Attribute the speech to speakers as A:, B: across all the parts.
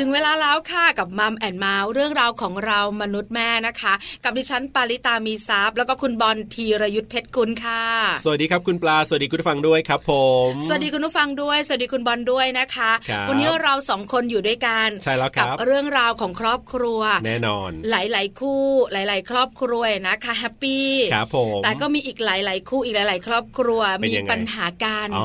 A: ถึงเวลาแล้วค่ะกับมัมแอนเมาส์เรื่องราวของเรามนุษย์แม่นะคะ กับดิฉันปาริตามีซัพย์แล้วก็คุณบอลธีรยุทธเพชรกุลค่ะ
B: สวัสดีครับคุณปลา สวัสดีคุณผู้ฟังด้วยครับผม
A: สวัสดีคุณผู้ฟังด้วย สวัสดีคุณบอลด้วยนะคะ
B: ครับ
A: วันนี้เราสองคนอยู่ด้วยกัน
B: ใช่แล้วค
A: กั
B: รับ
A: เรื่องราวของครอบครัว
B: แน่นอน
A: หลายๆคู่หลาย ๆ ครอบครัวนะคะแฮปปี้
B: ครับผม
A: แต่ก็มีอีกหลาย ๆ คู่อีกหลาย ๆ ครอบครัว
B: เป็น
A: มี
B: ยังไง
A: ปัญหากัน
B: อ๋อ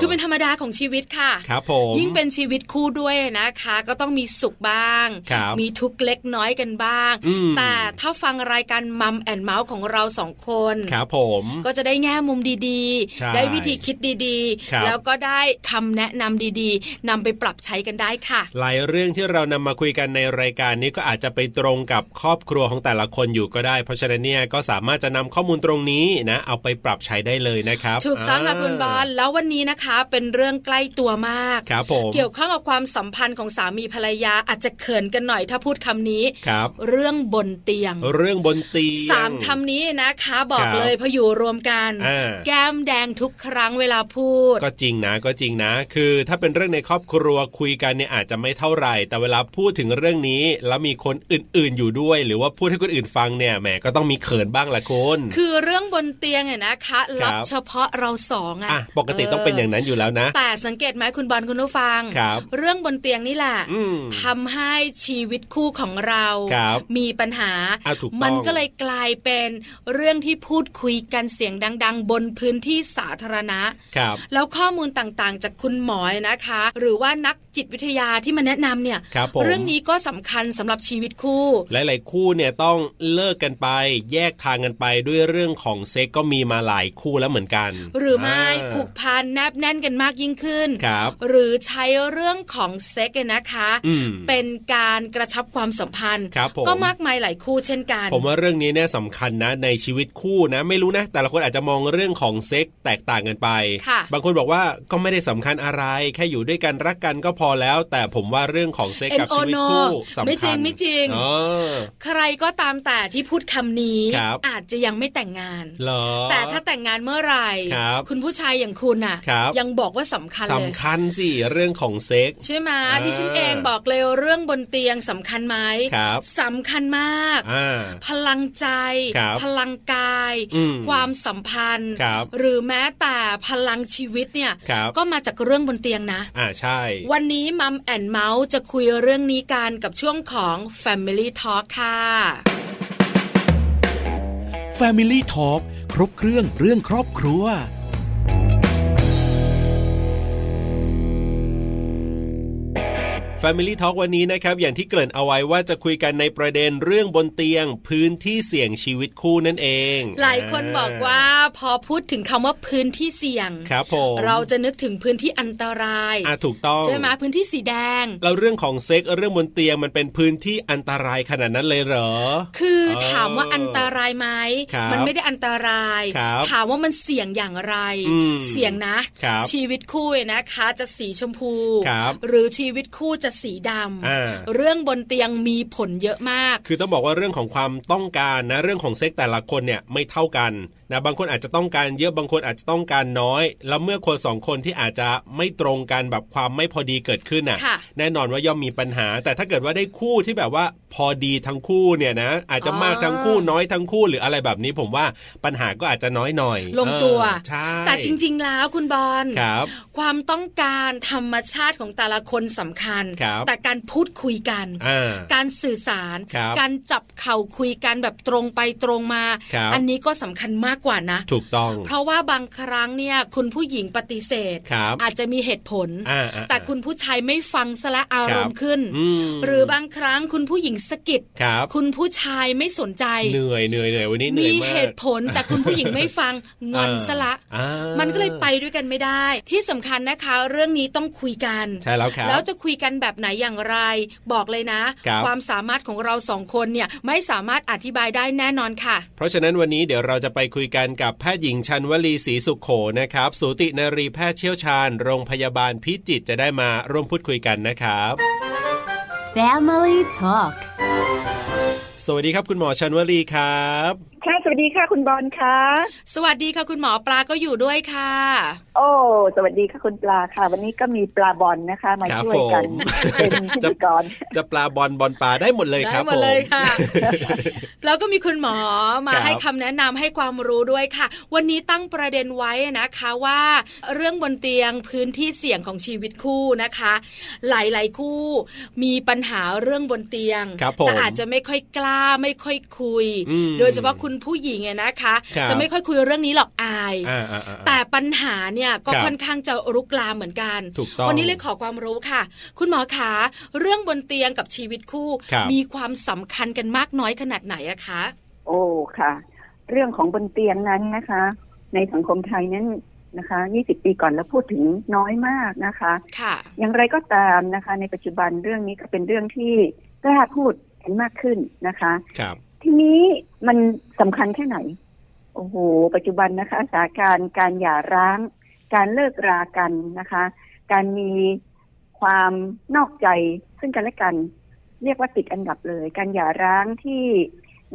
A: คือเป็นธรรมดาของชีวิตค่ะ
B: ครับผม
A: ยิ่งเป็นชีวิตคู่ด้วยนะคะ ก็ต้องมีสุขบ้าง
B: ครับ
A: มีทุกข์เล็กน้อยกันบ้าง
B: อืม
A: แต่ถ้าฟังรายการมัมแอนเมาส์ของเราสองคน
B: ครับผม
A: ก็จะได้แง่มุมดี
B: ใช่
A: ๆ ได้วิธีคิดดี
B: ครับ
A: ๆ แล้วก็ได้คำแนะนำดีๆนำไปปรับใช้กันได้ค่ะ
B: หลายเรื่องที่เรานำมาคุยกันในรายการนี้ก็อาจจะไปตรงกับครอบครัวของแต่ละคนอยู่ก็ได้ เพราะฉะนั้นเนี่ยก็สามารถจะนำข้อมูลตรงนี้นะ เอาไปปรับใช้ได้เลยนะครับ
A: ถูกต้องค่ะ
B: า
A: คุณบอลแล้ววันนี้นะคะเป็นเรื่องใกล้ตัวมาก
B: ครับผม
A: เกี่ยวข้องกับความสัมพันธ์ของสามีภรรยาอาจจะเขินกันหน่อยถ้าพูดคำนี้
B: ครับ
A: เรื่องบนเตียง
B: เรื่องบนเตียง
A: สามคำนี้นะคะบอก
B: ครับ
A: เลยพออยู่รวมกัน
B: อ่า
A: แก้มแดงทุกครั้งเวลาพูด
B: ก็จริงนะก็จริงนะ คือถ้าเป็นเรื่องในครอบครัวคุยกันเนี่ยอาจจะไม่เท่าไหร่ แต่เวลาพูดถึงเรื่องนี้ แล้วมีคนอื่นๆอยู่ด้วย หรือว่าพูดให้คนอื่นฟังเนี่ยแหมก็ต้องมีเขินบ้างละคุณ
A: คือเรื่องบนเตียงเนี่ยนะคะ
B: ครั
A: รับ บเฉพาะเราสอง
B: อ่ะ
A: อะ
B: ปกติต้องเป็นอย่างนั้นอยู่แล้วนะ
A: แต่สังเกตไหมคุณบอลคุณผู้ฟัง
B: ครับ
A: เรื่องบนเตียงนี่แหละ
B: อืม
A: ทำให้ชีวิตคู่ของเรา
B: ครับ
A: มีปัญหา
B: อ่ะถูกต้อง
A: มันก็เลยกลายเป็นเรื่องที่พูดคุยกันเสียงดัง ๆ บนพื้นที่สาธารณะ
B: ครับ
A: แล้วข้อมูลต่างๆ จากคุณหมอนะคะ หรือว่านักจิตวิทยาที่มาแนะนำเนี่ย
B: ครับผม
A: เรื่องนี้ก็สำคัญสำหรับชีวิตคู่
B: หลายๆคู่เนี่ยต้องเลิกกันไป แยกทางกันไปด้วยเรื่องของเซ็กก็มีมาหลายคู่แล้วเหมือนกัน
A: หรือไม่
B: า
A: ผูกพันแนบแน่นกันมากยิ่งขึ้น
B: ครับ
A: หรือใช้เรื่องของเซ็กเนี่ยนะคะ
B: อืม
A: เป็นการกระชับความสัมพันธ์
B: ครับผม
A: ก็มากมายหลายคู่เช่นกัน
B: ผมว่าเรื่องนี้เนี่ยสำคัญนะในชีวิตคู่นะ ไม่รู้นะ แต่ละคนอาจจะมองเรื่องของเซ็กแตกต่างกันไป
A: ค่ะ
B: บางคนบอกว่าก็ไม่ได้สำคัญอะไร แค่อยู่ด้วยกันรักกันก็พอแล้ว แต่ผมว่าเรื่องของเซ็ก
A: เอ็น
B: กับ
A: โอ
B: ชีวิ
A: โน
B: ตคู่สำคัญ
A: ไม่จริงไม่จริง
B: เออ
A: ใครก็ตามแต่ที่พูดคำนี้
B: ครับ
A: อาจจะยังไม่แต่งงาน
B: เหรอ
A: แต่ถ้าแต่งงานเมื่อไหร่
B: ครับ
A: คุณผู้ชายอย่างคุณน่ะ
B: ครับ
A: ยังบอกว่าสำคัญเลย
B: สำคัญสิเรื่องของเซ็ก
A: ใช่ไหม
B: อ่า
A: ดิฉันเองบอกเลยเรื่องบนเตียงสำคัญไหม
B: ครับ
A: สำคัญมาก
B: อ่า
A: พลังใจ
B: ครับ
A: พลังกาย
B: อืม
A: ความสัมพันธ์
B: ครับ
A: หรือแม้แต่พลังชีวิตเนี่ย
B: ครับ
A: ก็มาจากเรื่องบนเตียงนะ
B: อ่าใช่
A: วันนี้มัมแอนเมาส์จะคุยเรื่องนี้กันกับช่วงของ Family Talk ค่ะ
C: Family Talk ครบเครื่องเรื่องครอบครัว
B: Family Talk วันนี้นะครับ อย่างที่เกริ่นเอาไว้ว่าจะคุยกันในประเด็นเรื่องบนเตียง พื้นที่เสี่ยงชีวิตคู่นั่นเอง
A: หลายคนบอกว่าพอพูดถึงคำว่าพื้นที่เสี่ยง
B: ครับผม
A: เราจะนึกถึงพื้นที่อันตราย
B: อ่าถูกต้อง
A: ใช่ไหมพื้นที่สีแดง
B: แล้วเรื่องของเซ็กเรื่องบนเตียงมันเป็นพื้นที่อันตรายขนาดนั้นเลยเหรอ
A: คือ
B: เออ
A: ถามว่าอันตรายไหม
B: ครับ
A: มันไม่ได้อันตราย
B: ครับ
A: ถามว่ามันเสี่ยงอย่างไร
B: อืม
A: เสี่ยงนะ
B: ครับ
A: ชีวิตคู่เนี่ยนะคะจะสีชมพู
B: ครับ
A: หรือชีวิตคู่จะสีด
B: อ่า
A: ำ เรื่องบนเตียงมีผลเยอะมาก
B: คือต้องบอกว่าเรื่องของความต้องการนะเรื่องของเซ็กแต่ละคนเนี่ยไม่เท่ากันนะบางคนอาจจะต้องการเยอะบางคนอาจจะต้องการน้อย แล้วเมื่อคนสองคนที่อาจจะไม่ตรงกันแบบความไม่พอดีเกิดขึ้น
A: ค่ะ
B: น่ะ แน่นอนว่าย่อมมีปัญหา แต่ถ้าเกิดว่าได้คู่ที่แบบว่าพอดีทั้งคู่เนี่ยนะ อาจจะมากทั้งคู่น้อยทั้งคู่หรืออะไรแบบนี้ ผมว่าปัญหาก็อาจจะน้อยหน่อย
A: ลงตัว
B: เออใช่
A: แต่จริงๆแล้วคุณบอล
B: ครับ
A: ความต้องการธรรมชาติของแต่ละคนสำคัญ
B: ครับ
A: แต่การพูดคุยกัน
B: อ่า
A: การสื่อสาร
B: ครับ
A: การจับเข่าคุยกันแบบตรงไปตรงมา
B: ครับ
A: อันนี้ก็สำคัญมากกว่านะ
B: ถูกต้อง
A: เพราะว่าบางครั้งเนี่ยคุณผู้หญิงปฏิเสธ
B: ครับ
A: อาจจะมีเหตุผล
B: อ่าอ่า
A: แต่คุณผู้ชายไม่ฟังสละอารม
B: ครั
A: ณ์
B: บ
A: ขึ้น
B: อืม
A: หรือบางครั้งคุณผู้หญิงสะกิด
B: ครับ
A: คุณผู้ชายไม่สนใจ
B: เหนื่อยเหนื่อยเหนื่อยวันนี้เหนื่
A: มี
B: อยมาก
A: เหตุผลแต่คุณผู้หญิงไม่ฟัง งอนสละ
B: อ่า
A: มันก็เลยไปด้วยกันไม่ได้ ที่สำคัญนะคะ เรื่องนี้ต้องคุยกัน
B: ใช่แล้วครับ
A: แล้วจะคุยกันแบบไหนอย่างไร บอกเลยนะ
B: ครับ
A: ความสามารถของเราสองคนเนี่ยไม่สามารถอธิบายได้แน่นอนค่ะ
B: เพราะฉะนั้นวันนี้เดี๋ยวเราจะไปคุยกันกับแพทย์หญิงชันวลีศรีสุขโขนะครับ สูตินรีแพทย์เชี่ยวชาญ โรงพยาบาลพิจิตรจะได้มาร่วมพูดคุยกันนะครับ
D: Family Talk
B: สวัสดีครับคุณหมอชันวลีครับ
E: ค่ะสวัส ดีค่ะคุณบอลค่ะ
A: สวัสดีค่ะคุณหมอปลาก็อยู่ด้วยค่ะ
E: โอ้ สวัสดีค่ะคุณปลาค่ะ วันนี้ก็มีปลาบอลนะคะ มา
B: ครับ
E: ช่วยกัน
B: ผม
E: เป็นพิธีกร
B: จะปลาบอลบอลปลาได้หมดเลย
A: ได้
B: ครับ
A: หม
B: ผ
A: ด
B: ม
A: เลยค่ะ แล้วก็มีคุณหมอมา
B: ครับ
A: ให้คำแนะนำให้ความรู้ด้วยค่ะ วันนี้ตั้งประเด็นไว้นะคะว่า เรื่องบนเตียงพื้นที่เสี่ยงของชีวิตคู่นะคะ หลายๆคู่มีปัญหาเรื่องบนเตียง
B: ครับผม
A: แต่อาจจะไม่ค่อยกล้าไม่ค่อยคุย
B: อืม
A: โดยเฉพาะคุณผู้หญิงอะนะคะ
B: ครับ
A: จะไม่ค่อยคุยเรื่องนี้หรอกอาย
B: อ่าอ่าอ่า
A: แต่ปัญหาเนี่ยก็
B: ครับ
A: ค่อนข้างจะรุกลามเหมือนกัน
B: ถูกต้อง
A: วันนี้เลยขอความรู้ค่ะ คุณหมอขาเรื่องบนเตียงกับชีวิตคู่
B: ครับ
A: มีความสำคัญกันมากน้อยขนาดไหนอะคะ
E: โอ้ค่ะ เรื่องของบนเตียงนั้นนะคะ ในสังคมไทยนั้นนะคะ 20 ปีก่อนแล้วพูดถึงน้อยมากนะคะ
A: ค่ะ
E: อย่างไรก็ตามนะคะ ในปัจจุบันเรื่องนี้ก็เป็นเรื่องที่กล้าพูดกันมากขึ้นนะคะ
B: ครับ
E: ทีนี้มันสำคัญแค่ไหน โอ้โห ปัจจุบันนะคะสถานการณ์การหย่าร้าง การเลิกรากันนะคะ การมีความนอกใจซึ่งกันและกัน เรียกว่าติดอันดับเลย การหย่าร้างที่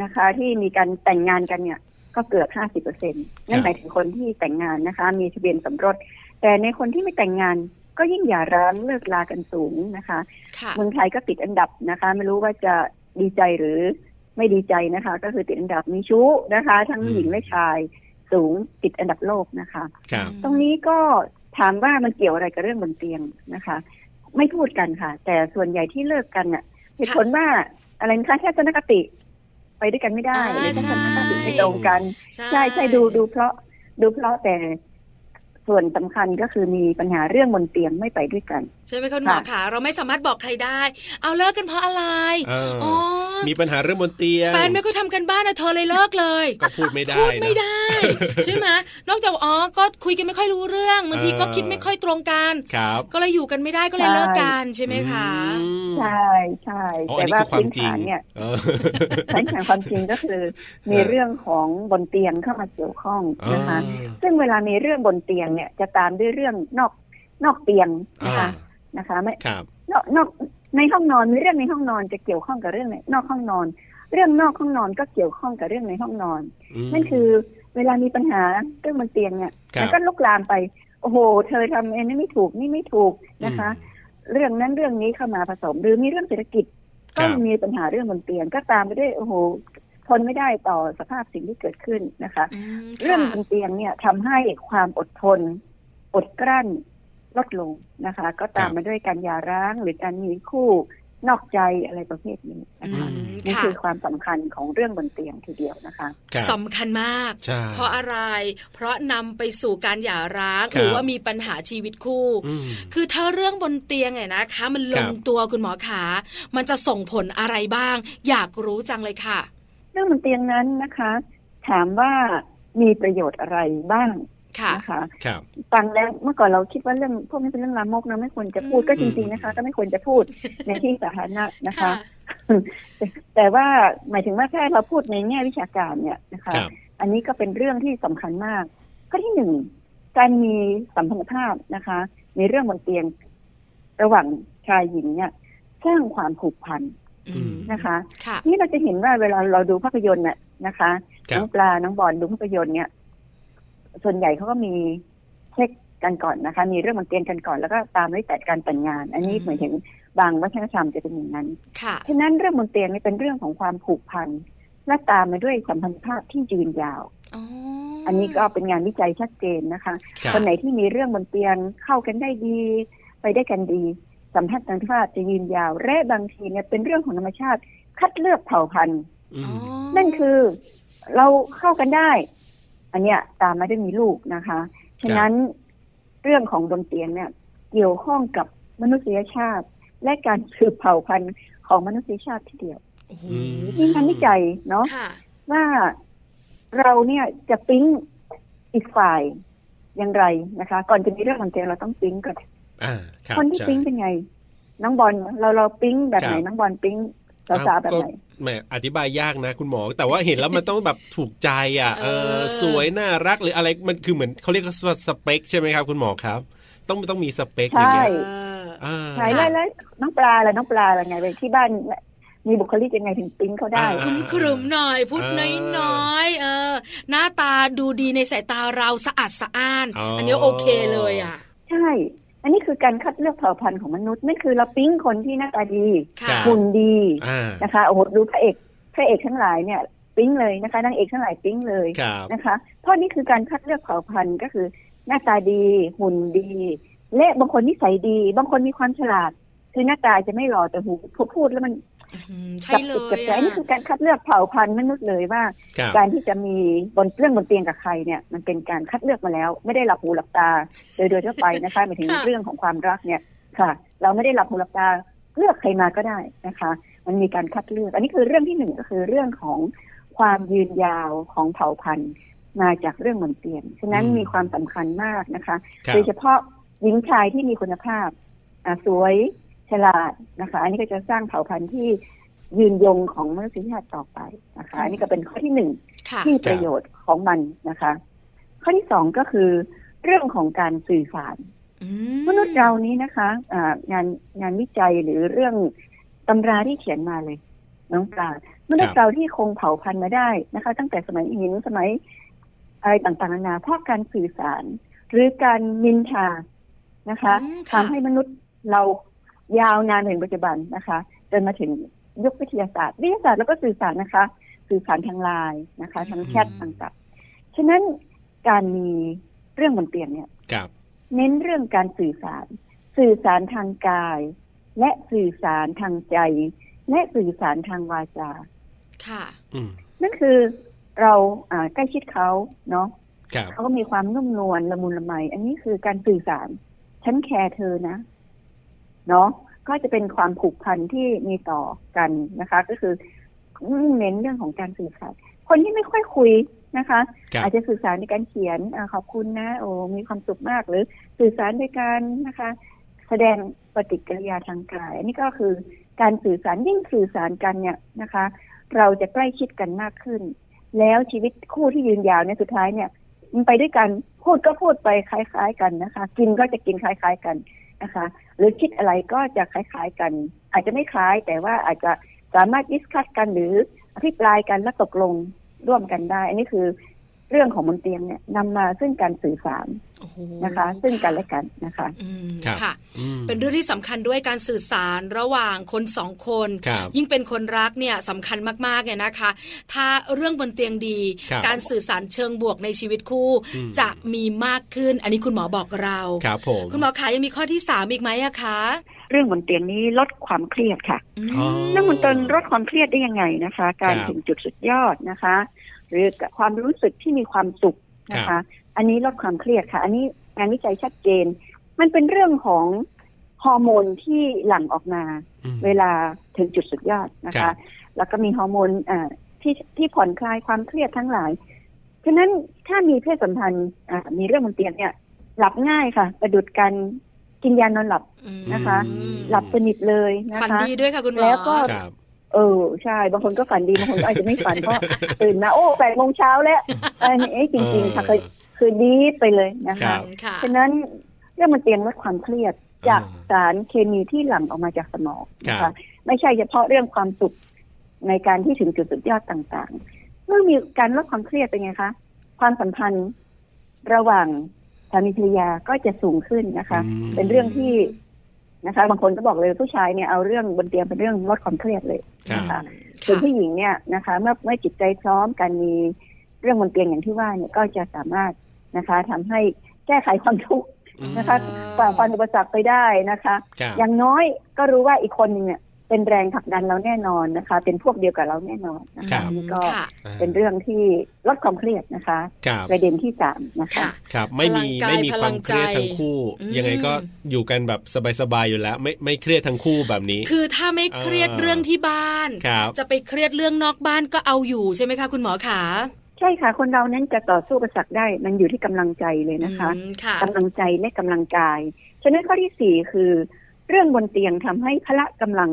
E: นะคะ ที่มีการแต่งงานกันเนี่ย ก็เกือบห้าสิบเปอร์เซ็นต์นั่นหมายถึงคนที่แต่งงานนะคะ มีทะเบียนสมรส แต่ในคนที่ไม่แต่งงานก็ยิ่งหย่าร้างเลิกรากันสูงนะคะ
A: ค่ะ
E: เมืองไทยก็ติดอันดับนะคะ ไม่รู้ว่าจะดีใจหรือไม่ดีใจนะคะ ก็คือติดอันดับมีชู้นะคะ ทั้ง
B: อืม
E: หญิงและชายสูงติดอันดับโลกนะคะ
B: ครับ
E: ตรงนี้ก็ถามว่ามันเกี่ยวอะไรกับเรื่องบนเตียงนะคะ ไม่พูดกันค่ะ แต่ส่วนใหญ่ที่เลิกกันน่ะเหตุผลว่าอะไรนะคะแค่ทัศนคติ ไปด้วยกันไม่ได้
A: อ่า
E: หรือทัศนคติ
A: ใช่
E: ไม่ตรงกัน ใช่ใช่ดูดูเพราะดูเพราะแต่ส่วนสำคัญก็คือมีปัญหาเรื่องบนเตียงไม่ไปด้วยกัน
A: ใช่ไหมคุณหมอ
E: ค่ะ
A: ขาเราไม่สามารถบอกใครได้ เอาเลิกกันเพราะอะไร
B: อ่า
A: อ๋อ
B: มีปัญหาเรื่องบนเตียง
A: แฟนไม่ค่อยทำกันบ้านอะเธอเลยเลิกเลย
B: ก็พูดไม่ได้
A: พูดไม่
B: นะ
A: ได้ ใช่ไหมนอกจากอ๋อก็คุยกันไม่ค่อยรู้เรื่องบางทีก็
B: เออ
A: คิดไม่ค่อยตรงกัน
B: ครับ
A: ก็เลยอยู่กันไม่ได้ก็เลยเลิกกันใช่ไหมคะ
B: อืม
E: ใช่ใช่
B: อ๋ออั
E: แต่
B: นนี้
E: ว่า
B: คือความ
E: พื้น
B: จริง
E: ฐานเนี่ย
B: เออ
E: พื้นฐานความจริงก็คือ มีเรื่องของบนเตียงเข้ามาเกี่ยวข้องนะคะ
B: อ่า
E: ซึ่งเวลามีเรื่องบนเตียงเนี่ยจะตามด้วยเรื่องนอกนอกเตียงนะ
B: อ่า
E: คะนะคะไม่
B: ครับ
E: นอกนอกในห้องนอนมีเรื่องในห้องนอนจะเกี่ยวข้องกับเรื่องในนอกห้องนอน เรื่องนอกห้องนอนก็เกี่ยวข้องกับเรื่องในห้องนอน นั่นคือเวลามีปัญหาเรื่องบนเตียงเนี่ย
B: ครับ
E: มัก็ลุกลามไปโอ้โห เธอทำเองนี่ไม่ถูกนี่ไม่ถูกนะคะ เรื่องนั้นเรื่องนี้เข้ามาผสม หรือมีเรื่องเศรษฐกิจ
B: ครั
E: ก็
B: บ
E: มีปัญหาเรื่องบนเตียงก็ตามไปด้วยโอ้โหทนไม่ได้ต่อสภาพสิ่งที่เกิดขึ้นนะคะ
A: อืมค่ะ
E: เรื่องบนเตียงเนี่ยทำให้ความอดทน อดกลั้นลดลงนะคะ ก็ตา
B: ค
E: ม
B: รับ
E: มาด้วยการหย่าร้างหรือการมีคู่นอกใจอะไรประเภทนี้นะ
A: อื
E: คะ
A: ม
E: นี่
A: ค่ะ
E: คือความสำคัญของเรื่องบนเตียงทีเดียวนะคะ
B: ครับ
A: สำคัญมาก
B: ใช่
A: เพราะอะไร เพราะนำไปสู่การหย่าร้าง
B: ครับ
A: หรือว่ามีปัญหาชีวิตคู่
B: อืม
A: คือถ้าเรื่องบนเตียงเนี่ยนะคะ มันล
B: ครั
A: ง
B: บ
A: ตัวคุณหมอขา มันจะส่งผลอะไรบ้าง อยากรู้จังเลยค่ะ
E: เรื่องบนเตียงนั้นนะคะ ถามว่ามีประโยชน์อะไรบ้าง
A: ค่ะ
E: นะคะ
B: ครับ
E: ฟังแล้วเมื่อก่อนเราคิดว่าเรื่องพวกนี้เป็นเรื่องลามกนะไม่ควรจะพูด
A: อืม
E: ก็จริงๆนะคะ ก็ไม่ควรจะพูดในที่สาธารณะนะคะ
A: ค่ะ
E: แต่ว่าหมายถึงว่าถ้าเราพูดในแง่วิชาการเนี่ยนะคะ
B: ครับ
E: อันนี้ก็เป็นเรื่องที่สำคัญมากข้อที่หนึ่งการมีสัมพันธภาพนะคะ ในเรื่องบนเตียง ระหว่างชายหญิงเนี่ย สร้างความผูกพัน
A: อืม
E: นะคะ
A: ค่ะ
E: นี่เราจะเห็นว่าเวลาเราดูภาพยนตร์น่ะนะคะ
B: ครับ
E: น้องปลาน้องบอลดูภาพยนตร์เนี่ย ส่วนใหญ่เขาก็มีเช็คกันก่อนนะคะ มีเรื่องมันเตียนกันก่อนแล้วก็ตามด้วยแต่การแต่งงาน อันนี้
A: อืม
E: หมายถึงบางวัฒนธรรมจะเป็นอย่างนั้น
A: ค่ะ
E: ฉะนั้นเรื่องบนเตียงนี่เป็นเรื่องของความผูกพันและตามมาด้วยสัมพันธภาพที่ยืนยาว
A: อ๋อ
E: อันนี้ก็เป็นงานวิจัยชัดเจนนะคะ
B: ครับ
E: คนไหนที่มีเรื่องบนเตียงเข้ากันได้ดี ไปได้กันดี สัมพันธ์ทางภาพจะยืนยาว และบางทีเนี่ยเป็นเรื่องของธรรมชาติ คัดเลือกเผ่าพันธุ์
B: อืม
A: อ๋อ
E: นั่นคือเราเข้ากันได้ อันเนี้ยตามมาด้วยมีลูกนะคะฉะนั้นเรื่องของบนเตียงเนี่ย เกี่ยวข้องกับมนุษยชาติ และการสืบเผ่าพันธุ์ของมนุษยชาติทีเดียว
A: โอ้โห
B: อืม
E: มีงานวิจัยเนาะ
A: ค่ะ
E: ว่าเราเนี่ยจะปิ๊งอีกฝ่ายอย่างไรนะคะ ก่อนจะมีเรื่องบนเตียงเราต้องปิ๊งก่อน
B: อ่ารับ
E: คนที่
B: ใช่
E: ปิ๊งเป็นไง น้องบอลเราเราปิ๊งแบบไหน
B: ครับ
E: น้องบอลปิ๊งสาวๆแบบ
B: ก็
E: ไหน
B: แหมอธิบายยากนะคุณหมอ แต่ว่าเห็นแล้วมันต้องแบบถูกใจอ่ะเออสวยน่ารักหรืออะไรมันคือเหมือนเขาเรียกว่าสเปคใช่ไหมครับ คุณหมอครับ ต้องต้องมีสเปคอย่าง
E: ใช่
B: เงี้ย
A: เออ
B: อ่า
E: ใช่แล้วแล้วน้องปลาล่ะน้องปลาล่ะไงไปที่บ้าน มีบุคลิกยังไงถึงปิ๊งเขาได้
B: อ่า
A: ครึ้มครึมๆหน่อยพูดน
B: เอ
A: ้อ
B: อย
A: ๆเออ หน้าตาดูดีในสายตาเราสะอาดสะอ้าน
B: อ๋ออั
A: อันนี้โอเคเลยอ่ะ
E: ใช่ อันนี้คือการคัดเลือกเผ่าพันธุ์ของมนุษย์นั่นคือเราปิ๊งคนที่หน้าตาดี
B: ครั
A: ค่ะ
B: บ
E: หุ่นดี
B: อ่า
E: นะคะโอ้โหดูพระเอกพระเอกทั้งหลายเนี่ยปิ๊งเลยนะคะนางเอกทั้งหลายปิ๊งเลย
B: ครับ
E: นะคะเพราะนี่คือการคัดเลือกเผ่าพันธุ์ก็คือหน้าตาดี หุ่นดี และบางคนนิสัยดี บางคนมีความฉลาด คือหน้าตาจะไม่หล่อแต่หูพอพูดแล้วมัน
A: อืมใช่
E: จับ
A: เล
E: จิตจับ
A: ย
E: ใจ
A: อ่ะ
E: นี่คือการคัดเลือกเผ่าพันธุ์มนุษย์เลยว่า
B: ครับ
E: การที่จะมีบนเรื่องบนเตียงกับใครเนี่ยมันเป็นการคัดเลือกมาแล้ว ไม่ได้หลับหูหลับตา โดยโดยทั่วไปนะคะหมายถึงเรื่องของความรักเนี่ยค่ะ เราไม่ได้หลับหูหลับตาเลือกใครมาก็ได้นะคะ มันมีการคัดเลือก อันนี้คือเรื่องที่หนึ่งก็คือเรื่องของความยืนยาวของเผ่าพันธุ์มาจากเรื่องบนเตียงฉะนั้นมีความสำคัญมากนะคะ
B: ครับ
E: โดยเฉพาะหญิงชายที่มีคุณภาพอ่ะสวยฉลาดนะคะ อันนี้ก็จะสร้างเผ่าพันธุ์ที่ยืนยงของมนุษยชาติต่อไปนะคะ อันนี้ก็เป็นข้อที่หนึ่ง
A: ค่ะ
E: ที่ประโยชน์ของมันนะคะ ข้อที่สองก็คือ เรื่องของการสื่อสาร
A: อื
E: มนุษย์เรานี้นะคะอ่างานงานวิจัยหรือเรื่องตำราที่เขียนมาเลยน้องปลามนุษย์เราที่คงเผ่าพันธุ์มาได้นะคะ ตั้งแต่สมัยหินสมัยอะไรต่างๆนานาเพราะการสื่อสาร หรือการนินทานะคะ
A: อืม
E: ทำให้มนุษย์เรายาวนานถึงปัจจุบันนะคะจนมาถึงยุควิทยาศาสตร์วิทยาศาสตร์แล้วก็สื่อสารนะคะ สื่อสารทางไลน์นะคะทางแชทต่างๆฉะนั้นการมีเรื่องบนเตียงเนี่ย
B: ครับ
E: เน้นเรื่องการสื่อสาร สื่อสารทางกาย และสื่อสารทางใจ และสื่อสารทางวาจา
A: ค่ะ
B: อืม
E: นั่นคือเราอ่าใกล้ชิดเขาเนาะ
B: ครับ
E: เขาก็มีความนุ่มนวลละมุนละไม อันนี้คือการสื่อสาร ฉันแคร์เธอนะ เนาะ ก็จะเป็นความผูกพันที่มีต่อกันนะคะ ก็คือเน้นเรื่องของการสื่อสาร คนที่ไม่ค่อยคุยนะคะ
B: ครับ
E: อาจจะสื่อสารในการเขียนอาขอบคุณนะ โอ้มีความสุขมาก หรือสื่อสารในการนะคะ แสดงปฏิกิริยาทางกาย อันนี้ก็คือการสื่อสารยิ่งสื่อสารกันเนี่ยนะคะ เราจะใกล้ชิดกันมากขึ้น แล้วชีวิตคู่ที่ยืนยาวเนี่ยสุดท้ายเนี่ย มันไปด้วยกันพูดก็พูดไปคล้าย ๆ กันนะคะ กินก็จะกินคล้าย ๆกันนะคะ หรือคิดอะไรก็จะคล้าย ๆ กัน อาจจะไม่คล้ายแต่ว่าอาจจะสามารถดิสคัสกันหรืออภิปรายกันและตกลงร่วมกันได้ อันนี้คือเรื่องของบนเตียงเนี่ยนำมาซึ่งการสื่อสาร
A: โอ้โห
E: นะคะ ซึ่งกันและกันนะคะ
A: อืม
B: ครับ
A: ค่ะ
B: อืม
A: เป็นเรื่องที่สำคัญด้วยการสื่อสารระหว่างคนสองคน
B: ครับ
A: ยิ่งเป็นคนรักเนี่ยสำคัญมากๆเนี่ยนะคะ ถ้าเรื่องบนเตียงดี
B: ครับ
A: การสื่อสารเชิงบวกในชีวิตคู่
B: อืม
A: จะมีมากขึ้น อันนี้คุณหมอบอกเรา
B: ครับผม
A: คุณหมอคะยังมีข้อที่สามอีกไหมอะคะ
E: เรื่องบนเตียงนี้ลดความเครียดค่ะ
A: อืม
B: อ๋อ
E: เรื่องบนเตียงลดความเครียดได้ยังไงนะคะ การ
B: ครับ
E: ถึงจุดสุดยอดนะคะ หรือความรู้สึกที่มีความสุขนะ
B: ครั
E: คะ
B: บ
E: อันนี้ลดความเครียดค่ะ อันนี้งานวิจัยชัดเจน มันเป็นเรื่องของฮอร์โมนที่หลั่งออกมา
B: อืม
E: เวลาถึงจุดสุดยอดนะ
B: ครั
E: คะ
B: บ
E: แล้วก็มีฮอร์โมนอ่าที่ที่ผ่อนคลายความเครียดทั้งหลาย ฉะนั้นถ้ามีเพศสัมพันธ์อ่ามีเรื่องบนเตียงเนี่ย หลับง่ายค่ะประดุดกันกินยานอนหลับ นะคะ
A: อืม
E: หลับสนิทเลยนะคะ
A: ฝันดีด้วยค่ะคุณหมอ
E: แล้วก็
B: ครับ
E: เออใช่ บางคนก็ฝันดีบางคนก็อาจจะไม่ฝัน เพราะตื่นมาโอ้แปดโมงเช้า แล้วอันนี้จริงๆค่ะคือคือดีไปเลยนะ
B: ครั
E: คะ
B: บ
A: ค่ะ
E: ฉะนั้นเรื่องมันเตียงลดความเครียดจาก
B: อ่า
E: สารเคมีที่หลั่งออกมาจากสมองนะ
B: ครั
E: คะ
B: บ
E: ไม่ใช่เฉพาะเรื่องความสุขในการที่ถึงจุดสุดยอดต่างๆ เมื่อมีการลดความเครียดเป็นไงคะ ความสัมพันธ์ระหว่างสามีภรรยาก็จะสูงขึ้นนะคะ
B: อืม
E: เป็นเรื่องที่นะคะ บางคนก็บอกเลยผู้ชายเนี่ยเอาเรื่องบนเตียงเป็นเรื่องลดความเครียดเลย
B: ครับ
E: ค่ะ ส่วนผู้หญิงเนี่ยนะคะเมื่อเมื่อจิตใจพร้อมการมีเรื่องบนเตียงอย่างที่ว่าเนี่ยก็จะสามารถนะคะทำให้แก้ไขความทุกข์ นะคะ ฝ่าฟันอุปสรรคไปได้นะคะ
B: ครับ
E: อย่างน้อยก็รู้ว่าอีกคนหนึ่งเนี่ยเป็นแรงผลักดันเราแน่นอนนะคะ เป็นพวกเดียวกับเราแน่นอนนะ
B: ครับ
E: คะอันนี่ก็
A: ค่ะ
E: เป็นเรื่องที่ลดความเครียดนะคะ
B: ครับ
E: ประเด็นที่สามนะคะ
A: ค่ะ
B: ครับ ไม่มี
A: พลังกาย
B: ไม่มี
A: พ
B: ค
A: ลั
B: วาม
A: ง
B: เค
A: ใจ
B: รียดทั้งคู่
A: อืม
B: ยังไงก็อยู่กันแบบสบายๆอยู่แล้ว ไม่ไม่เครียดทั้งคู่แบบนี้
A: คือถ้าไม่เครียด
B: อ่า
A: เรื่องที่บ้าน
B: ครับ
A: จะไปเครียดเรื่องนอกบ้านก็เอาอยู่ใช่ไหมคะคุณหมอขา
E: ใช่ค่ะ คนเรานั้นจะต่อสู้อุปสรรคได้มันอยู่ที่กำลังใจเลยนะคะ
A: อืมค่ะ
E: กำลังใจและกำลังกาย ฉะนั้นข้อที่สี่คือ เรื่องบนเตียงทำให้พละกำลัง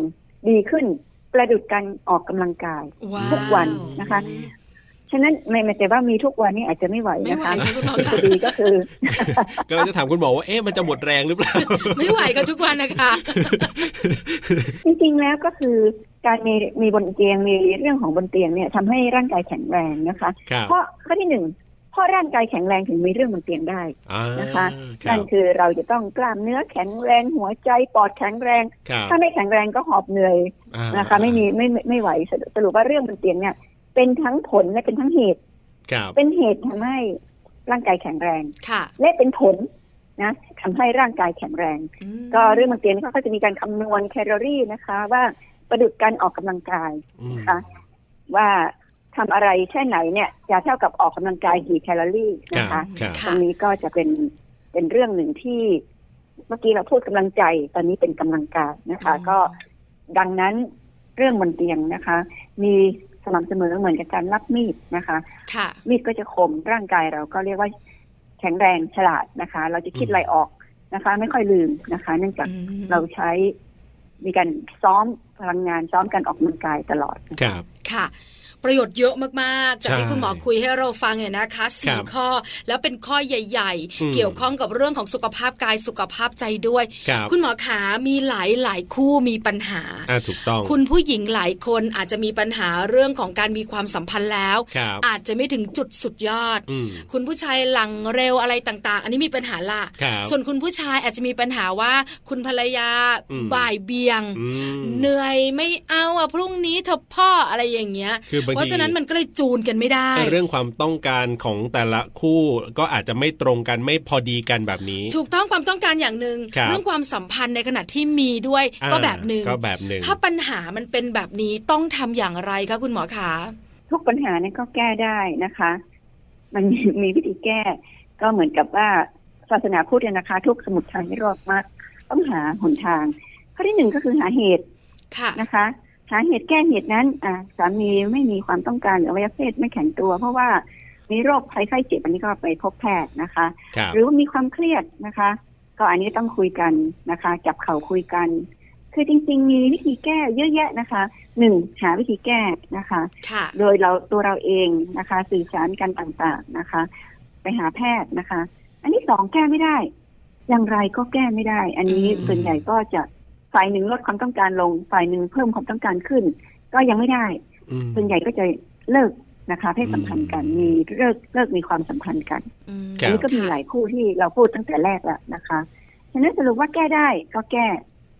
E: ดีขึ้น ประดุดการออกกำลังกาย
A: ว้าว
E: ทุกวันนะคะ ฉะนั้นไม่ไม่แต่ว่ามีทุกวันนี้อาจจะไม่ไหว
A: ไม่
E: นะ
A: ไหว
E: คะ
A: ค่ะคุณหมอ
E: ทฤษ
A: คะ
E: ฎีก็คือ
B: ก็จะถามคุณหมอว่า เอ๊ะ มันจะหมดแรงหรือเปล่า
A: ไม่ไหวค่ะทุกวันนะคะ
E: จริงๆแล้วก็คือ การมีมีบนเตียงมีเรื่องของบนเตียงเนี่ยทำให้ร่างกายแข็งแรงนะคะ
B: ครับ
E: เพราะข้อที่หนึ่งเพราะร่างกายแข็งแรงถึงมีเรื่องบนเตียงได้
B: อ่า
E: นะคะ
B: ครั
E: นั่
B: บ
E: นคือเราจะต้องกล้ามเนื้อแข็งแรงหัวใจปอดแข็งแรง
B: ครับ
E: ถ้าไม่แข็งแรงก็หอบเหนื่อย
B: อ่า
E: นะคะ ไม่มีไม่ไม่ไม่ไหวสรุปสรุปว่าเรื่องบนเตียงเนี่ย เป็นทั้งผลและเป็นทั้งเหตุ
B: ครับ
E: เป็นเหตุทำให้ร่างกายแข็งแรง
A: ค่ะ
E: และเป็นผลนะทำให้ร่างกายแข็งแรง
A: อืม
E: ก็เรื่องบนเตียงเขาก็จะมีการคำนวณแคลอรี่นะคะ ว่าประดุจการออกกำลังกาย
B: อืม
E: ค่ะ ว่าทำอะไรแค่ไหนเนี่ยจะเท่ากับออกกำลังกายกี่แคลอรี่
B: ครั
E: นะ
B: บ
E: คะ
B: ครับ
E: ตรงนี้ก็จะเป็นเป็นเรื่องหนึ่งที่เมื่อกี้เราพูดกำลังใจ ตอนนี้เป็นกำลังกายนะคะ ก็ดังนั้นเรื่องบนเตียงนะคะ มีสม่ำเสมอเหมือนกับการรับมีดนะคะ
A: ค่ะ
E: มีดก็จะคมร่างกายเราก็เรียกว่าแข็งแรงฉลาดนะคะ เราจะคิดอะไรออกนะคะ ไม่ค่อยลืมนะคะ เนื่องจาก
A: อืม
E: เราใช้มีการซ้อมพลังงานซ้อมการออกกำลังกายตลอด
B: ครับ
A: ค่ะ ประโยชน์เยอะมากๆ จากที่
B: ใช่
A: คุณหมอคุยให้เราฟังเนี่ยนะคะ
B: ครั
A: สี่
B: บ
A: ข้อ แล้วเป็นข้อใหญ่
B: อืม
A: ๆ เกี่ยวข้องกับเรื่องของสุขภาพกายสุขภาพใจด้วย
B: ครับ
A: คุณหมอขามีหลายหลายคู่มีปัญหา
B: อ่าถูกต้อง
A: คุณผู้หญิงหลายคนอาจจะมีปัญหาเรื่องของการมีความสัมพันธ์แล้ว
B: ครับ
A: อาจจะไม่ถึงจุดสุดยอด
B: อืม
A: คุณผู้ชายหลังเร็วอะไรต่างๆ อันนี้มีปัญหาละ
B: ครับ
A: ส่วนคุณผู้ชายอาจจะมีปัญหาว่า คุณภรรยา
B: อืม
A: บ่ายเบียง
B: อืม
A: เหนื่อยไม่เอาอะพรุ่งนี้เธอะพ่ออะไรอย่างเงี้ย
B: คือบาง
A: เพราะ
B: ที
A: ฉะนั้นมันก็เลยจูนกันไม่ได้
B: เรื่องความต้องการของแต่ละคู่ก็อาจจะไม่ตรงกันไม่พอดีกันแบบนี้
A: ถูกต้องความต้องการอย่างหนึ่ง
B: ครับ
A: เรื่องความสัมพันธ์ในขณะที่มีด้วย
B: อ่า
A: ก็แบบหนึ่ง
B: ก็แบบหนึ่ง
A: ถ้าปัญหามันเป็นแบบนี้ต้องทำอย่างไรคะคุณหมอขา
E: ทุกปัญหานั้นก็แก้ได้นะคะ มันมีมีวิธีแก้ ก็เหมือนกับว่าศาสนาพุทธเนี่ยนะคะ ทุกสมุดทางที่รอบมากต้องหาหนทาง ข้อที่หนึ่งก็คือหาเหตุ
A: ค่ะ
E: นะคะ หาเหตุแก้เหตุนั้น อ่าสามีไม่มีความต้องการหรืออวัยวะเพศไม่แข็งตัว เพราะว่ามีโรคภัยไข้เจ็บอันนี้ก็ไปพบแพทย์นะคะ
B: ครับ
E: หรือว่ามีความเครียดนะคะ ก็อันนี้ต้องคุยกันนะคะ จับเข่าคุยกัน คือจริง ๆ มีวิธีแก้เยอะแยะนะคะหนึ่งหาวิธีแก้นะคะ
A: ค่ะ
E: โดยเราตัวเราเองนะคะ สื่อสารกันต่างๆนะคะ ไปหาแพทย์นะคะ อันนี้สองแก้ไม่ได้ อย่างไรก็แก้ไม่ได้ อันนี้
A: อืม
E: ส่วนใหญ่ก็จะฝ่ายหนึ่งลดความต้องการลง ฝ่ายหนึ่งเพิ่มความต้องการขึ้น ก็ยังไม่ได้
B: อืม
E: ส่วนใหญ่ก็จะเลิกนะคะ เพศสัมพันธ์กัน
B: อืม
E: มีเลิกเลิกมีความสัมพันธ์กัน
A: อืม
B: ครั
E: อัน
B: บ
E: นี้ก็มีหลายคู่ที่เราพูดตั้งแต่แรกแล้วนะคะฉะนั้นสรุปว่าแก้ได้ก็แก้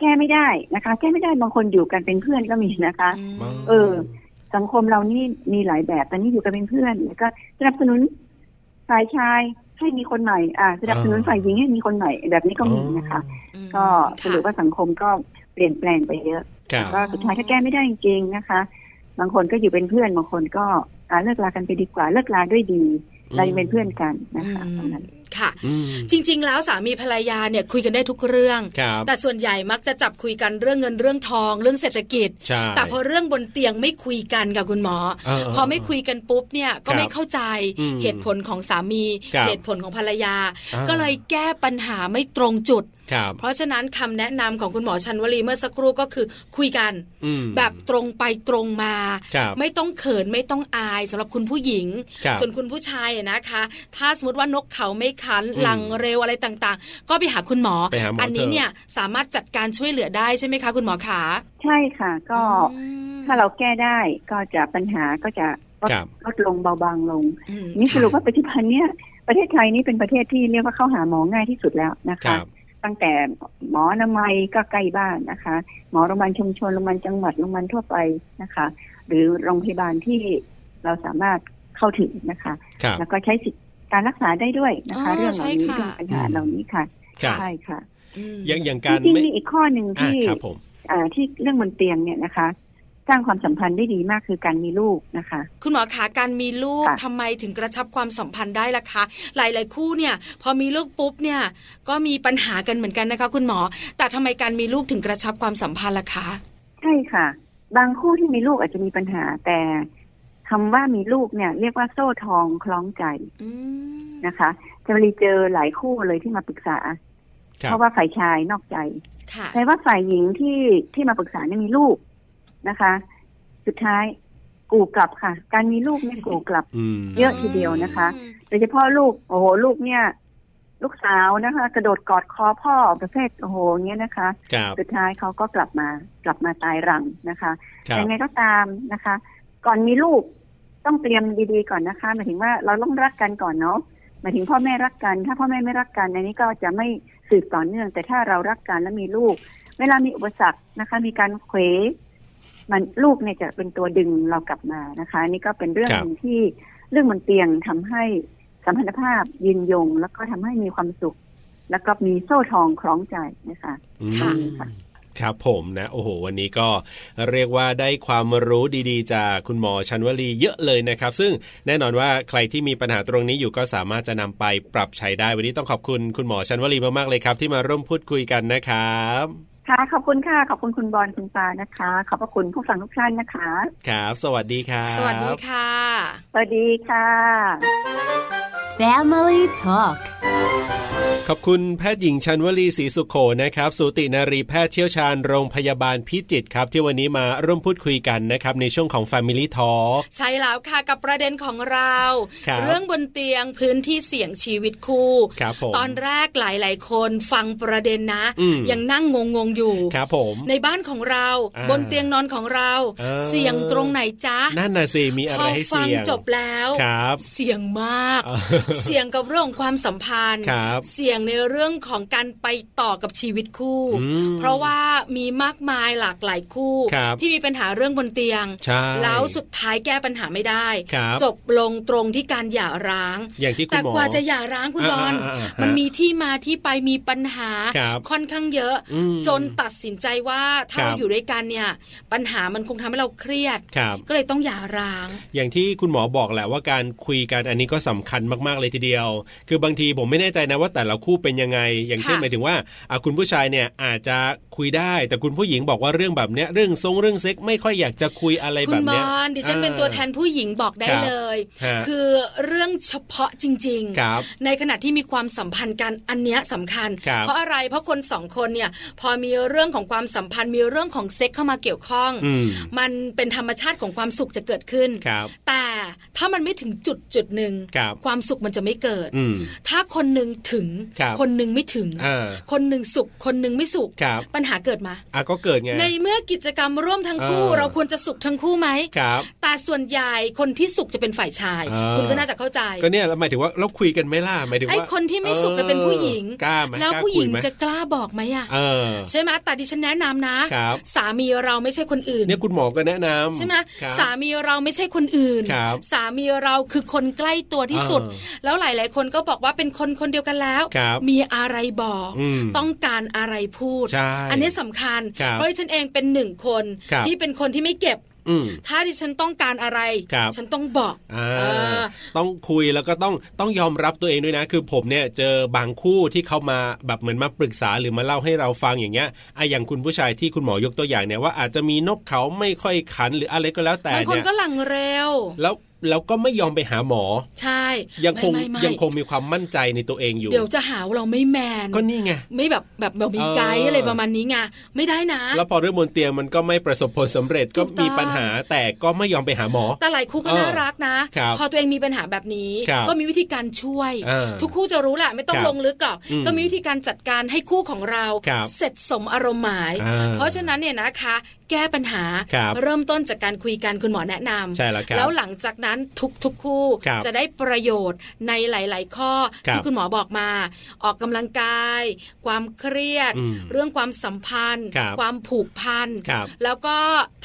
E: แก้ไม่ได้นะคะ แก้ไม่ได้บางคนอยู่กันเป็นเพื่อนก็มีนะคะ
A: อืม
E: เออ สังคมเรานี่มีหลายแบบตอนนี้อยู่กันเป็นเพื่อนแล้วก็สนับสนุนฝ่ายชายให้มีคนใหม่ อ่า สนับสนุน
B: อ่า
E: ฝ่ายหญิงให้มีคนใหม่แบบนี้ก็มีนะคะ ก็สรุปว่าสังคมก็เปลี่ยนแปลงไปเยอะ
B: ครับ
E: ก็สุดท้ายก็แก้ไม่ได้จริงๆนะคะ บางคนก็อยู่เป็นเพื่อนบางคนก็อ่าเลิกลากันไปดีกว่าเลิกลาด้วยดีเรายังเป็นเพื่อนกันนะคะ
A: อืม
E: ตรงนั้น
A: ค่ะ
B: อืม
A: จริง ๆ แล้วสามีภรรยาเนี่ยคุยกันได้ทุกเรื่อง
B: ครับ
A: แต่ส่วนใหญ่มักจะจับคุยกันเรื่องเงินเรื่องทอง เรื่องเศรษฐกิจ
B: ใช่
A: แต่พอเรื่องบนเตียงไม่คุยกันกับคุณหมอ
B: เเ
A: พอไม่คุยกันปุ๊บเนี่ยก็ไม่
B: ครับ
A: เข้าใจ
B: อืม
A: เหตุผลของสามี
B: ครับ
A: เหตุผลของภรรยา
B: อ่า
A: ก็เลยแก้ปัญหาไม่ตรงจุด
B: ครับ
A: เพราะฉะนั้นคำแนะนำของคุณหมอชันวลีเมื่อสักครู่ก็คือคุยกัน
B: อืม
A: แบบตรงไปตรงมา
B: ครับ
A: ไม่ต้องเขินไม่ต้องอายสำหรับคุณผู้หญิง
B: ครับ
A: ส่วนคุณผู้ชายอะนะคะ ถ้าสมมติว่านกเขาไม่คัน
B: อืม
A: ลังเร็วอะไรต่างๆ ก็ไปหาคุณหมอ
B: ไปหาหมออั
A: อันนี้
B: เถอะ
A: เนี่ยสามารถจัดการช่วยเหลือได้ใช่ไหมคะคุณหมอขา
E: ใช่ค่ะ ก็
A: อืม
E: ถ้าเราแก้ได้ก็จะปัญหาก็จะลด
B: ครับ
E: ลดลงเบาบางลง
A: อืม
E: นี่ส
A: ค่ะ
E: รุปว่าปัจจุบันเนี่ยประเทศไทยนี่เป็นประเทศที่เรียกว่าเข้าหาหมอง่ายที่สุดแล้วนะ
B: ครั
E: คะ
B: บ
E: ตั้งแต่หมออนามัยก็ใกล้บ้านนะคะ หมอโรงพยาบาลชุมชนโรงพยาบาลจังหวัดโรงพยาบาลทั่วไปนะคะ หรือโรงพยาบาลที่เราสามารถเข้าถึงนะคะ
B: ครับ
E: แล้วก็ใช้สิทธิการรักษาได้ด้วยนะคะ เรื่องเหล่านี้เรื่องปัญหาเหล่านี้ค่ะ
B: ครับ
E: ใช่ค่ะ
A: อืม
B: อย่างอย่าง
E: จ
B: การ
E: ริง
B: ไม่
E: ๆมีอีกข้อหนึ่ง
B: อ่า
E: ที่
B: ครับผม
E: อ่าที่เรื่องบนเตียงเนี่ยนะคะ สร้างความสัมพันธ์ได้ดีมากคือการมีลูกนะคะ
A: คุณหมอขาการมีลูก
E: ค่ะ
A: ทำไมถึงกระชับความสัมพันธ์ได้ล่ะคะ หลายๆคู่เนี่ย พอมีลูกปุ๊บเนี่ย ก็มีปัญหากันเหมือนกันนะคะ คุณหมอ แต่ทำไมการมีลูกถึงกระชับความสัมพันธ์ล่ะคะ
E: ใช่ค่ะ บางคู่ที่มีลูกอาจจะมีปัญหา แต่คำว่ามีลูกเนี่ย เรียกว่าโซ่ทองคล้องใจ
A: อืม
E: นะคะจะรีเจอหลายคู่เลยที่มาปรึกษา
B: ครับ
E: เพราะว่าฝ่ายชายนอกใจ
A: ค่ะ
E: แต่ว่าฝ่ายหญิงที่ที่มาปรึกษาเนี่ยมีลูกนะคะ สุดท้ายกูกลับค่ะ การมีลูกเนี่ยกูกลับ
B: อืม
E: เยอะทีเดียวนะคะ โดยเฉพาะลูกโอ้โหลูกเนี่ย ลูกสาวนะคะ กระโดดกอดคอพ่อประเภทโอ้โหเงี้ยนะคะ
B: ครับ
E: สุดท้ายเขาก็กลับมากลับมาตายรังนะคะ
B: ครับ
E: ยังไงก็ตามนะคะ ก่อนมีลูกต้องเตรียมดีๆก่อนนะคะหมายถึงว่าเราต้องรักกันก่อนเนาะหมายถึงพ่อแม่รักกัน ถ้าพ่อแม่ไม่รักกันอันนี้ก็จะไม่สืบต่อเนื่อง แต่ถ้าเรารักกันและมีลูก เวลามีอุปสรรคนะคะ มีการเขวมันลูกเนี่ยจะเป็นตัวดึงเรากลับมานะคะอันนี่ก็เป็นเรื่อง
B: ครั
E: ห
B: บ
E: นึ่งที่เรื่องบนเตียงทำให้สัมพันธภาพยืนยง แล้วก็ทำให้มีความสุข แล้วก็มีโซ่ทองคล้องใจนะคะ
B: อื
A: ค่ะ
B: มครับผมนะ โอ้โห วันนี้ก็เรียกว่าได้ความรู้ดีๆ จากคุณหมอชันวลีเยอะเลยนะครับ ซึ่งแน่นอนว่าใครที่มีปัญหาตรงนี้อยู่ก็สามารถจะนำไปปรับใช้ได้ วันนี้ต้องขอบคุณคุณหมอชันวลีมากๆเลยครับ ที่มาร่วมพูดคุยกันนะครับ
E: ค่ะ ขอบคุณค่ะ ขอบคุณคุณบอลคุณปานะคะ ขอบพระคุณผู้ฟังทุกท่านนะคะ
B: ครับ สวัสดีครับ
A: สวัสดีค่ะ
E: สวัสดีค่ะ
D: Family Talk
B: ขอบคุณแพทย์หญิงชันวลีศรีสุขโขนะครับ สูตินารีแพทย์เชี่ยวชาญโรงพยาบาลพิจิตรครับ ที่วันนี้มาร่วมพูดคุยกันนะครับ ในช่วงของ Family Talk
A: ใช่แล้วค่ะกับประเด็นของเรา
B: ครับ
A: เรื่องบนเตียงพื้นที่เสี่ยงชีวิตคู่
B: ครับผม
A: ตอนแรกหลาย ๆ คนฟังประเด็นนะ
B: อืม
A: ยังนั่งงง ๆ อยู่
B: ครับผม
A: ในบ้านของเรา
B: อ่า
A: บนเตียงนอนของเรา
B: เออ
A: เสี่ยงตรงไหนจ๊ะ
B: นั่นน่ะสิมีอะ
A: พ
B: ไร
A: อ
B: ให้
A: ฟัง
B: เสี่ยง
A: จบแล้ว
B: ครับ
A: เสี่ยงมาก
B: เออ
A: เสี่ยงกับเรื่องของความสัมพันธ์
B: ครับ
A: เสี่ยงในเรื่องของการไปต่อกับชีวิตคู่
B: อืม
A: เพราะว่ามีมากมายหลากหลายคู่
B: ครับ
A: ที่มีปัญหาเรื่องบนเตียง
B: ใช่
A: แล้วสุดท้ายแก้ปัญหาไม่ได้
B: ครับ
A: จบลงตรงที่การหย่าร้าง
B: อย่างที่คุ
A: แต่
B: ณหมอ
A: กว่าจะหย่าร้างคุณบอล
B: อ่าๆๆ
A: มันมีที่มาที่ไปมีปัญหา
B: ครับ
A: ค่อนข้างเยอะ
B: อืม
A: จนตัดสินใจว่าถ้า
B: ครับ
A: เราอยู่ด้วยกันเนี่ย ปัญหามันคงทำให้เราเครียด
B: ครับ
A: ก็เลยต้องหย่าร้าง
B: อย่างที่คุณหมอบอกแหละว่าการคุยกันอันนี้ก็สำคัญมากๆเลยทีเดียว คือบางทีผมไม่แน่ใจนะว่าแต่ละคู่เป็นยังไง อย่างเช่น
A: ค่ะ
B: หมายถึงว่าอ่ะคุณผู้ชายเนี่ยอาจจะคุยได้ แต่คุณผู้หญิงบอกว่าเรื่องแบบเนี้ยเรื่องทรงเรื่องเซ็กไม่ค่อยอยากจะคุยอะไร
A: คุ
B: แบ
A: ณ
B: บบ เนี้ย
A: อลดิฉัน
B: อ่า
A: เป็นตัวแทนผู้หญิงบอกได้
B: ครับ
A: เลย
B: ฮะ
A: คือเรื่องเฉพาะจริง ๆ
B: ครับ
A: ในขณะที่มีความสัมพันธ์กันอันเนี้ยสำคัญ
B: ครับ
A: เพราะอะไรเพราะคนสองคนเนี่ยพอมีเรื่องของความสัมพันธ์มีเรื่องของเซ็กเข้ามาเกี่ยวข้อง
B: อืม
A: มันเป็นธรรมชาติของความสุขจะเกิดขึ้น
B: ครับ
A: แต่ถ้ามันไม่ถึงจุดจุดหนึ่ง
B: ครับ
A: ความสุขมันจะไม่เกิด
B: อืม
A: ถ้าคนหนึ่งถึง
B: ครับ
A: นหนึ่งไม่ถึง
B: อ่า
A: คนหนึ่งสุข คนหนึ่งไม่สุข
B: ครับ
A: ปัญหาเกิดมา
B: อ่ะก็เกิดไง
A: ในเมื่อกิจกรรมร่วมทั้งคู่
B: เออ
A: เราควรจะสุขทั้งคู่ไหม
B: ครับ
A: แต่ส่วนใหญ่คนที่สุขจะเป็นฝ่ายชาย
B: เออ
A: คุณก็น่าจะเข้าใจ
B: ก็เนี่ยแล้วหมายถึงว่าเราคุยกันไหมล่ะหมายถึง
A: ไอ้
B: ว่า
A: คนที่ไม่สุข
B: อ
A: จะ
B: อ
A: เป็นผู้หญิง
B: กล้าไหม
A: แล้ว
B: กา
A: ผู้หญิง
B: คุยไม
A: จะกล้าบอกไหมอ่ะ
B: เออ
A: ใช่ไหมแต่ดิฉันแนะนำนะ
B: ครับ
A: สามีเราไม่ใช่คนอื่น
B: เนี่ยคุณหมอก็แนะนำ
A: ใช่ไหม
B: ครับ
A: สามีเราไม่ใช่คนอื่น
B: ครับ
A: สามีเราคือคนใกล้ตัวที่สุด
B: เออ
A: แล้วหลาย ๆ คนก็บอกว่าเป็นคนคนเดียวกันแล้ว
B: ครับ
A: มีอะไรบอก
B: อืม
A: ต้องการอะไรพูด
B: ใช่
A: อันนี้สำคัญ
B: ครับ
A: เพราะดิฉันเองเป็นหนึ่งคน
B: ครับ
A: ที่เป็นคนที่ไม่เก็บ
B: อืม
A: ถ้าดิฉันต้องการอะไร
B: ครับ
A: ฉันต้องบอก
B: อ่า
A: เออ
B: ต้องคุยแล้วก็ต้องต้องยอมรับตัวเองด้วยนะ คือผมเนี่ยเจอบางคู่ที่เขามาแบบเหมือนมาปรึกษาหรือมาเล่าให้เราฟังอย่างเงี้ยไอะอย่างคุณผู้ชายที่คุณหมอยกตัวอย่างเนี่ยว่าอาจจะมีนกเขาไม่ค่อยขันหรืออะไรก็แล้วแต่
A: บางคน
B: เนี่ย
A: ก็หลังเร็ว
B: แล้วแล้วก็ไม่ยอมไปหาหมอ
A: ใช่
B: ยังคง
A: ไม่ไม่ไม่
B: ยังคงมีความมั่นใจในตัวเองอยู่
A: เดี๋ยวจะหาว่าเราไม่แมน
B: ก็นี่ไง
A: ไม่แบบแบบแบบมีไกด์
B: เอออ
A: อะไรประมาณนี้ไงไม่ได้นะ
B: แล้วพอเรื่องบนเตียงมันก็ไม่ประสบผลสำเร็จ
A: ถู
B: ก็
A: กต้อง
B: มีปัญหาแต่ก็ไม่ยอมไปหาหมอ
A: แต่หลายคู่ก็
B: เออ
A: น่ารักนะ
B: ครับ
A: พอตัวเองมีปัญหาแบบนี้
B: ครับ
A: ก็มีวิธีการช่วย
B: เออ
A: ทุกคู่จะรู้แหละไม่ต้อ
B: ค
A: ง
B: รับ
A: ลงลึกหรอก
B: อืม
A: ก็มีวิธีการจัดการให้คู่ของเรา
B: ครับ
A: เสร็จสมอารมณ์หมาย
B: อ่า
A: เพราะฉะนั้นเนี่ยนะคะ แก้ปัญหา
B: ครับ
A: เริ่มต้นจากการคุยกันคุณหมอแนะนำ
B: ใช่แล้วครับ
A: แล้วหลังจากนั้นทุกๆคู่
B: ครับ
A: จะได้ประโยชน์ในหลาย ๆ ข้อ
B: ครับ
A: ที่คุณหมอบอกมา ออกกำลังกาย ความเครียด
B: อืม
A: เรื่องความสัมพันธ์
B: ครับ
A: ความผูกพัน
B: ครับ
A: แล้วก็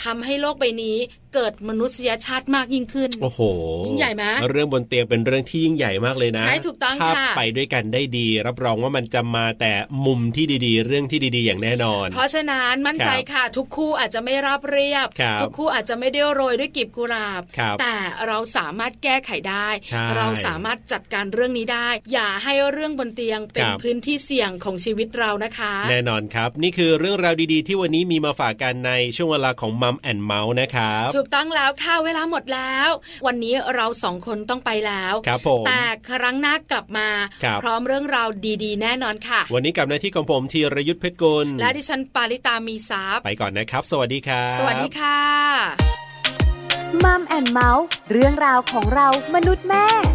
A: ทำให้โลกใบนี้เกิดมนุษยชาติมากยิ่งขึ้น
B: โอ้โห
A: ยิ่งใหญ่ไหม
B: เรื่องบนเตียงเป็นเรื่องที่ยิ่งใหญ่มากเลยนะ
A: ใช่ถูกต้อง
B: ถ้า
A: ค่ะ
B: ไปด้วยกันได้ดี รับรองว่ามันจะมาแต่มุมที่ดีๆ เรื่องที่ดีๆ อย่างแน่นอน
A: เพราะฉะนั้นมั่นใจ
B: ครับ
A: ค่ะ ทุกคู่อาจจะไม่ราบเรียบ
B: ครับ
A: ทุกคู่อาจจะไม่ได้โรยด้วยกลีบกุหลาบ
B: ครับ
A: แต่เราสามารถแก้ไขได้
B: ใช่
A: เราสามารถจัดการเรื่องนี้ได้ อย่าให้เรื่องบนเตียงเป็น
B: ครับ
A: พื้นที่เสี่ยงของชีวิตเรานะคะ
B: แน่นอนครับ นี่คือเรื่องราวดีๆ ที่วันนี้มีมาฝากกันในช่วงเวลาของมัมแอนเมาส์นะครับ
A: ถูกต้องแล้วค่ะเวลาหมดแล้ว วันนี้เราสองคนต้องไปแล้ว
B: ครับผม
A: แต่ครั้งหน้ากลับมา
B: ครับ
A: พร้อมเรื่องราวดีๆ แน่นอนค่ะ
B: วันนี้กับหน้าที่ของผมธีรยุทธเพชรกุล
A: และดิฉันปาริตามีซัพย์
B: ไปก่อนนะครับ สวัสดีครับ
A: สวัสดีค่ะ
D: มัมแอนเมาส์เรื่องราวของเรามนุษย์แม่